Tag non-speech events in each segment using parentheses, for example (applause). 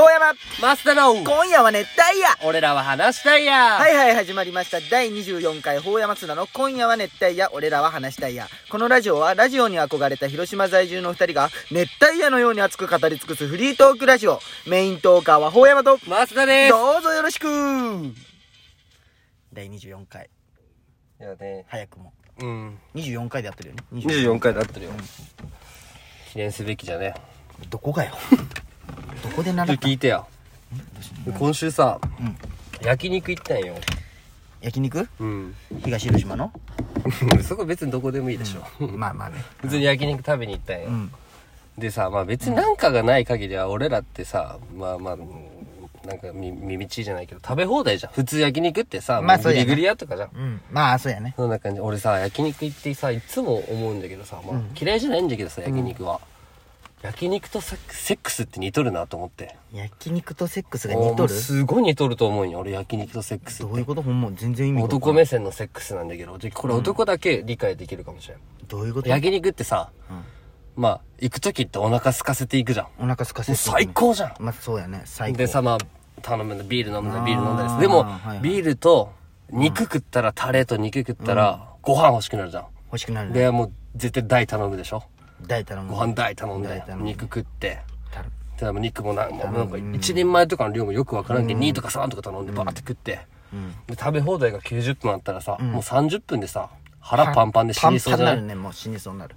はマスタの今夜は熱帯夜俺らは話したいやはいはい始まりました第24回法山津田の今夜は熱帯夜俺らは話したいやこのラジオはラジオに憧れた広島在住の2人が熱帯夜のように熱く語り尽くすフリートークラジオメイントーカーは法山とマスタですどうぞよろしく第24回いやね、早くもうん。 24回でやってるよね24回で合ってるよ。記念すべきじゃね。どこがよどこでちょ習っっとた聞いてよ。今週さ、ん焼肉行ったんよ。焼肉うん。東広島の (laughs) そこ別にどこでもいいでしょ。まあまあね普通に焼肉食べに行ったんよ。うんでさ、まあ別になんかがない限りは俺らってさ、まあまあ、なんかみ耳ちいじゃないけど食べ放題じゃん。普通焼肉ってさ、まあそグうやリなグリ屋とかじゃん。うんまあそうやねそんな感じ。俺さ、焼肉行ってさ、いつも思うんだけどさ、まあ、嫌いじゃないんだけどさ、焼肉は。焼肉とセックセックスって似とるなと思って。焼肉とセックスが似もとうるすごい似とると思うんよ。俺焼肉とセックスっどういてう。ことほんま全然意味がわから男ん目線のセックスなんだけど、でこれ男だけ理解できるかもしれん。どういうこと焼肉ってさ、まあ、行く時ってお腹空かせていくじゃん。もお腹空かせうて最高じゃん。まあそうやね最高でさまあ頼むんだビール飲むんだあービール飲んだですでも、はいはいビールと肉食ったらタレと肉食ったら、ご飯欲しくなるじゃん、欲しくなるねでもう絶対大頼むでしょ大頼むご飯大頼んで大頼む肉食って頼むでも肉もなんもうなんか一人前とかの量もよくわからんけど、2とか3とか頼んでバーって食って、で食べ放題が90分あったらさ、もう30分でさ腹パンパンで死にそうじゃないパンパンになるねもう死にそうになる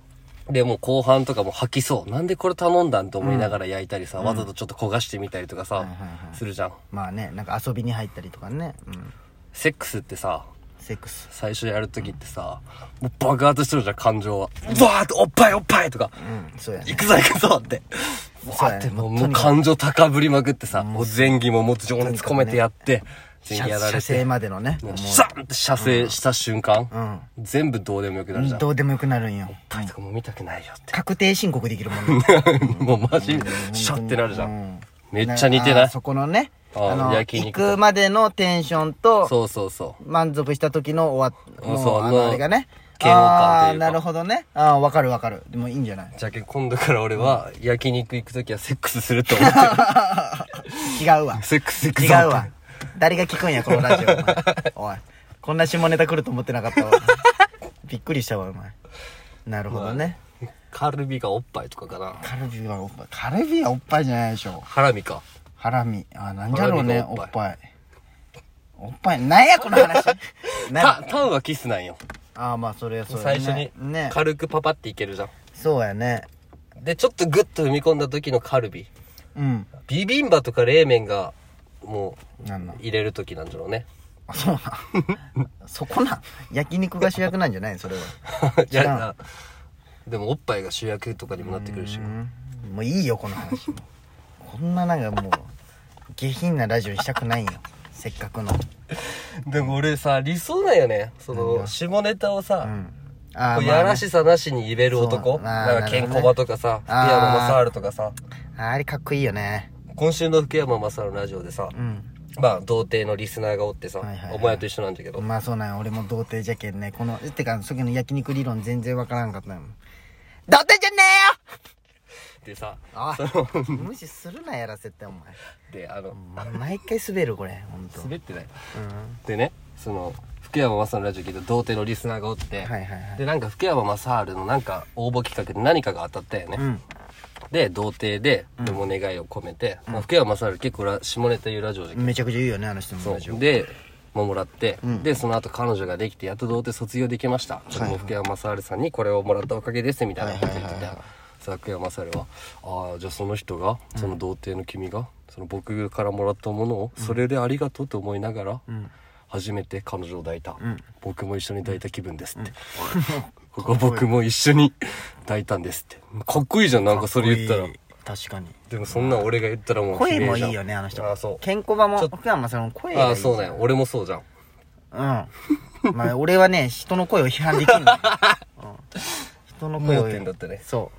で、もう後半とかも吐きそう。なんでこれ頼んだんと思いながら焼いたりさ、わざとちょっと焦がしてみたりとかさ、するじゃん。まあねなんか遊びに入ったりとかねうんセックスってさ、セックス最初やるときってさ、もう爆発してるじゃん、感情は。わーって、おっぱいおっぱいとか、うんそうやね行くぞ行くぞって。わそうーやって、ねもうともうにかく感情高ぶりまくってさ、もう前儀も持つ情熱込めてやって、前射儀やられ射て精、までのねもうもうシャンって射精した瞬間、全部どうでもよくなるじゃん。おっどうでもよくなるんよぱいとかもう見たくないよって。確定申告できるもんねもうマジ、シャってなるじゃ。うんん (laughs) めっちゃ似てなあいーそこのねあーあの焼行肉とくまでのテンションとそうそうそう。満足した時の終わうんもうそうあののあれがね嫌悪感あとあいーうかなるほどねああわかるわかるでもいいんじゃないじゃけん今度から俺は焼肉行くときはセックスすると思ってる。違うわセックス行く違ぞうってわ誰が聞くんやこのラジオお (laughs) 前おいこんな下ネタ来ると思ってなか (laughs) ったわびっくりしたわお前なるほどねカルビがおっぱいとかかな。カルビはおっぱいカルビはおっぱいじゃないでしょハラミか。ハラミあーなんじゃろうねハラミおとおっっぱいおっぱいなんやこの話 (laughs) なんタ、タンはキスなんよ。ああまあそれはそれ最初にねね軽くパパっていけるじゃん。そうやねで、ちょっとグッと踏み込んだ時のカルビ。うんビビンバとか冷麺が、もなんうなん、入れる時なんじゃろ (laughs) うね。あ (laughs) そうなんそこなん焼肉が主役なんじゃないそれはいやなでもおっぱいが主役とかにもなってくるしう。んもういいよこの話もこんななんかもう下品なラジオにしたくないよせっかくのでも俺さ、理想なんよね。その、下ネタをさ、うんあこーうまやあねらしさなしに入れるそ男うあーなんかケンコバとかさ、福なるほどね山雅治とかさ、あーあれかっこいいよね今週の福山雅治のラジオでさ、うんまあ、童貞のリスナーがおってさ、はいはいはいお前と一緒なんだけど、まあそうなんよ俺も童貞じゃけんねこのてかその時の焼肉理論全然わからんかったよ童貞じゃねでさ、えよおい無視するなやらせってお前で、あの、毎回滑るこれ本当。滑ってない。うんでね、その、福山雅治のラジオ聞いて童貞のリスナーがおっはて、いはいはいで、なんか福山雅治のなんか応募企画で何かが当たったよね。うんで、童貞で、でもお願いを込めて、まあ、福山雅治結構ラ下ネタ言うラジオじゃんめちゃくちゃいいよねあの人のラジオで、まあもらって、で、その後彼女ができて、やっと童貞卒業できました。いはいもう福山雅治さんにこれをもらったおかげです、みたいなこと言ってはいてはいはさあ、福山雅治は、ああ、じゃあその人が、その童貞の君が、その僕からもらったものを、それでありがとうと思いながら、初めて彼女を抱いた、僕も一緒に抱いた気分ですって。 (laughs) ここ僕も一緒に抱いたんですって。かっこいいじゃん、なんかそれ言ったら。かっこいい確かにでもそんなん俺が言ったらもう声悲鳴もいじゃんいよねあの人ああ、そう。ケンコバもちょっ福山さんの声がいいああ、そうだよ。俺もそうじゃん。うんまあ俺はね人の声を批判できんのよ、うん、人の声を盲点だったねそ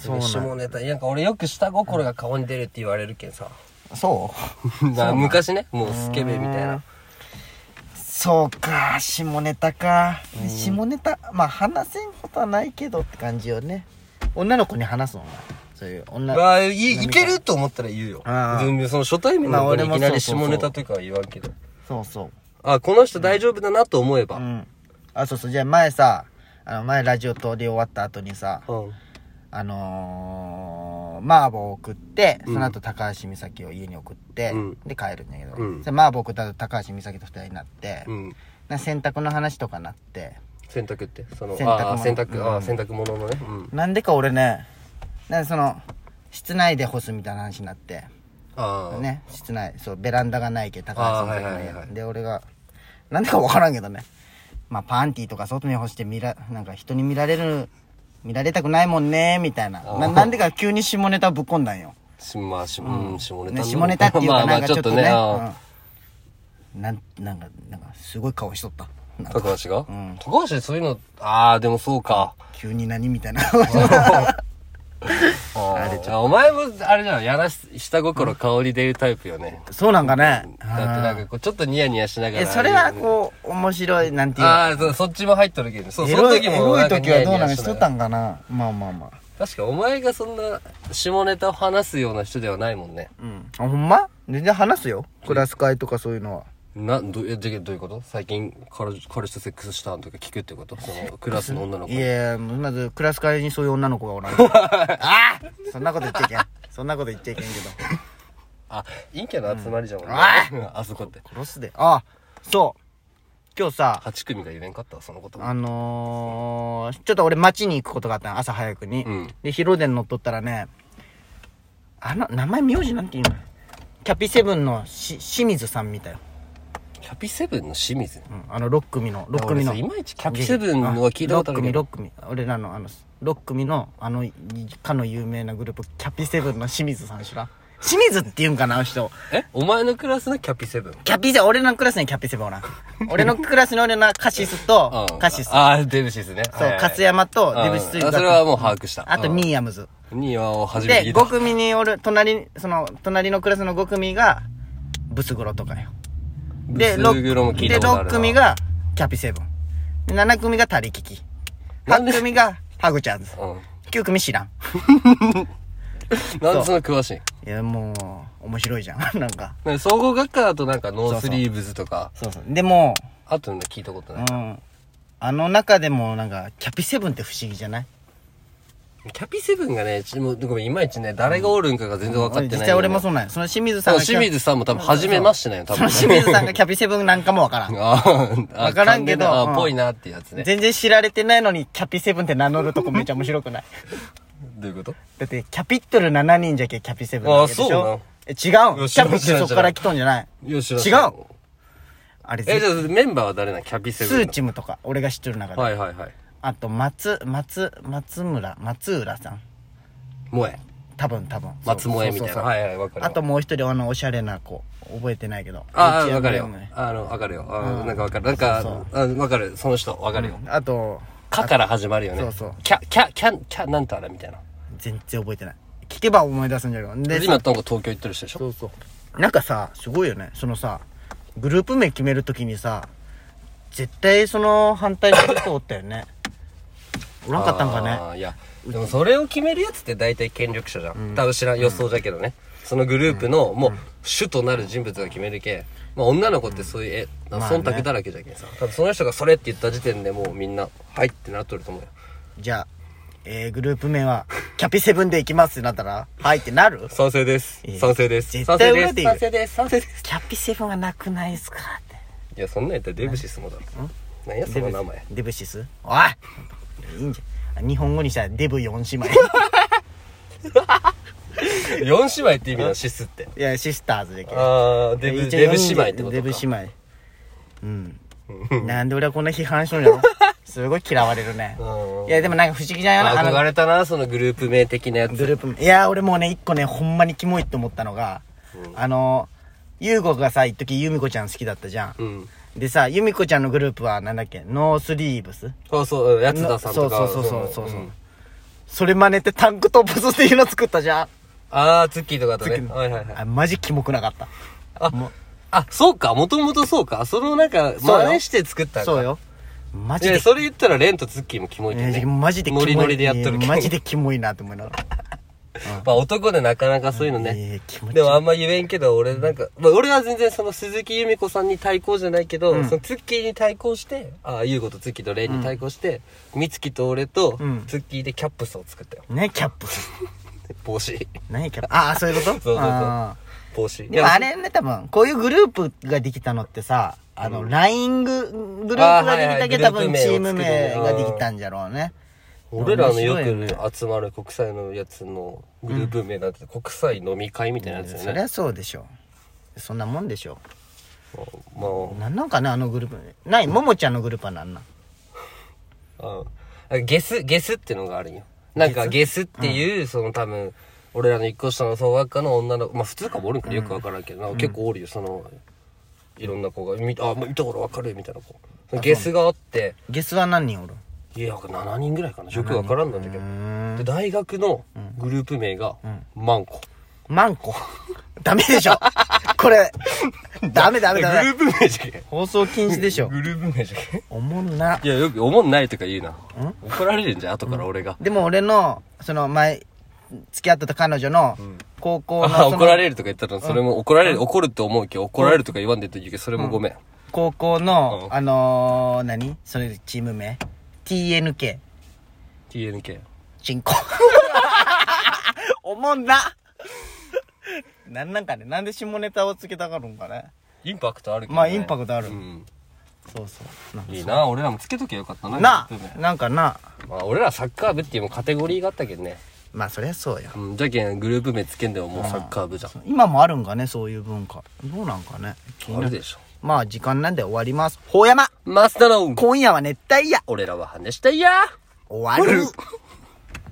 うそうな下んネタなんか俺よく下心が顔に出るって言われる (laughs) けんさ、そうまあ昔ねもうスケベみたいなそうか下ネタか下ネタまあ話せんことはないけどって感じよね女の子に話すのお前そういう女まあ、いいけると思ったら言うよ。ああ全然その初対面の子にまあ俺いもきなりそうそう下そうネタとかは言わんけど。そうそあ、この人大丈夫だなと思えば。うううん。んあそうそうじゃあ前さあの前ラジオ通り終わった後にさあのー、麻婆を送ってその後高橋美咲を家に送って、うんで帰るんだけど、うんで麻婆送った後高橋美咲と二人になって、うん。な洗濯の話とかなって洗濯って、その、洗濯物ああ、洗濯、あうあ、ん洗濯物のね。うん。なんでか俺ねなんかその室内で干すみたいな話になってああ。。ね室内そうベランダがないけど高あ橋ーさんのは家いはいはいはいで俺がなんでか分からんけどねまあパンティーとか外に干して見らなんか人に見られる見られたくないもんねみたいなあーななんでか急に下ネタぶっこんだんよ、しまあ、し、うん、下ネタね、の。下ネタっていうか (laughs) まなあんまかあ、ちちょょっっととね、ね、あうん、なんなんかなんかすごい顔しとったなんあか高橋がうん高橋そういうの、ああ、でもそうか。急に何みたい (laughs) なああお前も、あれじゃん、やらし、下心香り出るタイプよね。そうなんかねだってなんかこう、ちょっとニヤニヤしながら。えそれはこう面白いなんていうのああ、そうそっちも入っとるけど、そう、エそのロい時エもロないんかニ時ヤはニヤしながどら。うなんしとったんかなまあまあまあ確かお前がそんな下ネタを話すような人ではないもんね。うんあほんま全然話すよクラス会とかそういうのはな、ど、え、じゃどういうこと最近彼女、彼氏とセックスしたんとか聞くってことその、クラスの女の子い。やまずクラス会にそういう女の子が (laughs) おらんああそんなこと言っちゃいけんそんなこと言っちゃいけんけどあ、陰キャの集まりじゃもんね。あそこって。殺すであそう今日さ8組が言えんかったわそのこと。あのー、ちょっと俺町に行くことがあったの朝早くに、うんで広電乗っとったらねあの名前名字なんて言うのキャピセブンのし清水さんみたいよ、キャピセブンの清水。うん、あの6組の6組の俺さいまいちキャピセブンは聞いたことあるけど6。組6組俺らのあの6組のあのいかの有名なグループキャピセブンの清水さん知らん清水って言うんかなあの人えお前のクラスのキャピセブン。キャピセ俺のクラスにキャピセブン (laughs) おらん俺のクラスに俺のカシスとうんカシスそうああ、デブシスね。はいはい勝山とデブシスうんあそれはもう把握したあとうんミーアムズにはを初めでて聞い5た。組におる隣その隣のクラスの5組がブスグロとかよでブスグロも聞いたことあるでな6組がキャピセブンで7組がタリキキなんで8組がハグちゃんズうん。 9組知らんなんでそんな詳しいいやもう面白いじゃん (laughs) なんかなんか総合学科だとなんかノースリーブズとか、そうそうでもあとね、聞いたことうない。んあの中でもなんかキャピセブンって不思議じゃないキャピセブンがね、ちもうごめん、いまいちね、誰がおるんかが全然分かってない、実際俺もそうう。なんやその清水さんそうが清水さんも多分、初めましてなんよ、多そ分の。清水さんがキャピ (laughs) セブンなんかもわ (laughs) からんあーあ、わからんけど完全うなあんー、ぽいなっていうやつね。全然知られてないのにキャピセブンって名乗るとこめっちゃ面白くないどういうことだってキャピットル7人じゃけキャピセブンなわけでしょあそうなんえ違うんいや知キらャんピってそっから来とんじゃないいや知らん違知らんうあれえ、じスゃあメンバーは誰なんキャピセブンーの。チムとか俺が知ってる中で、はいはいはい。あと松松松村松浦さん萌え。多分多分松萌えみたいな。そうそうそうはいはい、わかるわ。あともう一人あのおしゃれな子覚えてないけどああ、一応わかるよ名前。あの、わかるよ。あーなんかわかる。なんか、そうあわかる。その人、わかるよ。あとかから始まるよね。そうそうキャ、キャ、キャ、キャ、なんとあれみたいな。全然覚えてない聞けば思い出すんじゃけどでで、今、なんか東京行ってる人でしょそうそうなんかさすごいよねそのさグループ名決めるときにさ絶対その反対する人おったよ (coughs) ねおらんかったんかあねーいやでもそれを決めるやつって大体権力者じゃん、多分知らん予想じゃけどね、そのグループのもう主となる人物が決めるけ、まあ、女の子ってそういうえ、まあね忖度だらけじゃけんさ多分その人がそれって言った時点でもうみんなはいってなっとると思うよじゃあ、えー、グループ名はキャピセブンでいきますってなったらはいってなる賛成ですいや賛成です絶賛対成裏でです言う賛成です賛成ですキャピセブンがなくないっすかっていやそんなんやったらデブシスもだろなんやその名前デブシスおいいいんじゃん日本語にしたらデブ4姉妹 (laughs) 4姉妹って意味のシスっていやシスターズだけどああデブデブ姉妹ってことかデブ姉妹 (laughs) うんなんで俺はこんな批判しとんのすごい嫌われるねうんいやでもなんか不思議じゃないあ憧のれたなそのグループ名的なやつグループいや俺もうね一個ねほんまにキモいって思ったのが、あの優子がさ一時由美子ちゃん好きだったじゃん、うんでさ由美子ちゃんのグループはなんだっけノースリーブスそうそう、やつださんそとうか。そうそうそうそうそう、んそれ真似てタンクトップスっていうの作ったじゃんああ、ツッキーとかとツッキね。ーはいはいはい。あマジキモくなかったあもう、あ、そうか、もともとそうか。そのなんか、そうよ真似して作ったんかそう。よマジで、でそれ言ったら、レンとツッキーもキモいけどえね。ーマジでキモいノリノリでやっとるけど。マジでキモいなって思いながらまあ男でなかなかそういうのね。ええ気持ちでもあんま言えんけど、俺なんか、まあ俺は全然その鈴木由美子さんに対抗じゃないけど、うんそのツッキーに対抗して、ああ、優子とツッキーとレイに対抗して、美月と俺とうんツッキーでキャップスを作ったよ。ねキャップ帽子。何キャップああそういうこと (laughs) そうそうそうあ帽子。ーでもあれね多分こういうグループができたのってさあの LINE ググループができたけどあ多ーはいはい分グチルーームプ名名を作るができたんじゃろうね俺らのよ面白いよねく集まる国際のやつのグループ名なんて国際飲み会みたいなやつそよりね。ゃそうでしょそんなもんでしょまなあんなんかねあのグループないももちゃんのグループはなんなんあ、ゲス、ゲスってのがあるんよ。なんかゲスっていう、その多分、俺らの一個下の総学科の女の子、まあ普通かもおるんかよくわからんけど、なんか結構おるよ、その、いろんな子が、みあ、見たからわかるよみたいな子。そのゲスがあって、ゲスは何人おるいや、7人ぐらいかな。よくわからんのだけうど。ーんで、大学のグループ名が、マンコ。マンコ (laughs) ダメでしょこれダメダメグルダメープ名じゃけん。放送禁止でしょグループ名じゃけん。おもんないや、よく、おもんないとか言うな。怒られるんじゃん、後から俺が。でも俺のその前付き合ってた彼女の高校のそあ、怒らのれるとか言ったら、それも怒られる、怒るって思うけど、怒られるとか言わんでと言うけど、それもごめん。高校のうんあのー何それチーム名 TNK TNK。チンコおもんななんなんかねなんで下ネタをつけたがるんかねインパクトあるけどね。まあインパクトあるうん。そうそうないいな、俺らもつけときゃよかったな。なグループなんかな名まあ、俺らサッカー部っていうもカテゴリーがあったけどね。まあそりゃそうようん、じゃけん、グループ名つけんでももうサッカー部じゃん。今もあるんかねそういう文化どうなんかねあるでしょ。まあ時間なんで終わりますほうやまマスターの今夜は熱帯夜俺らは話したいや終わる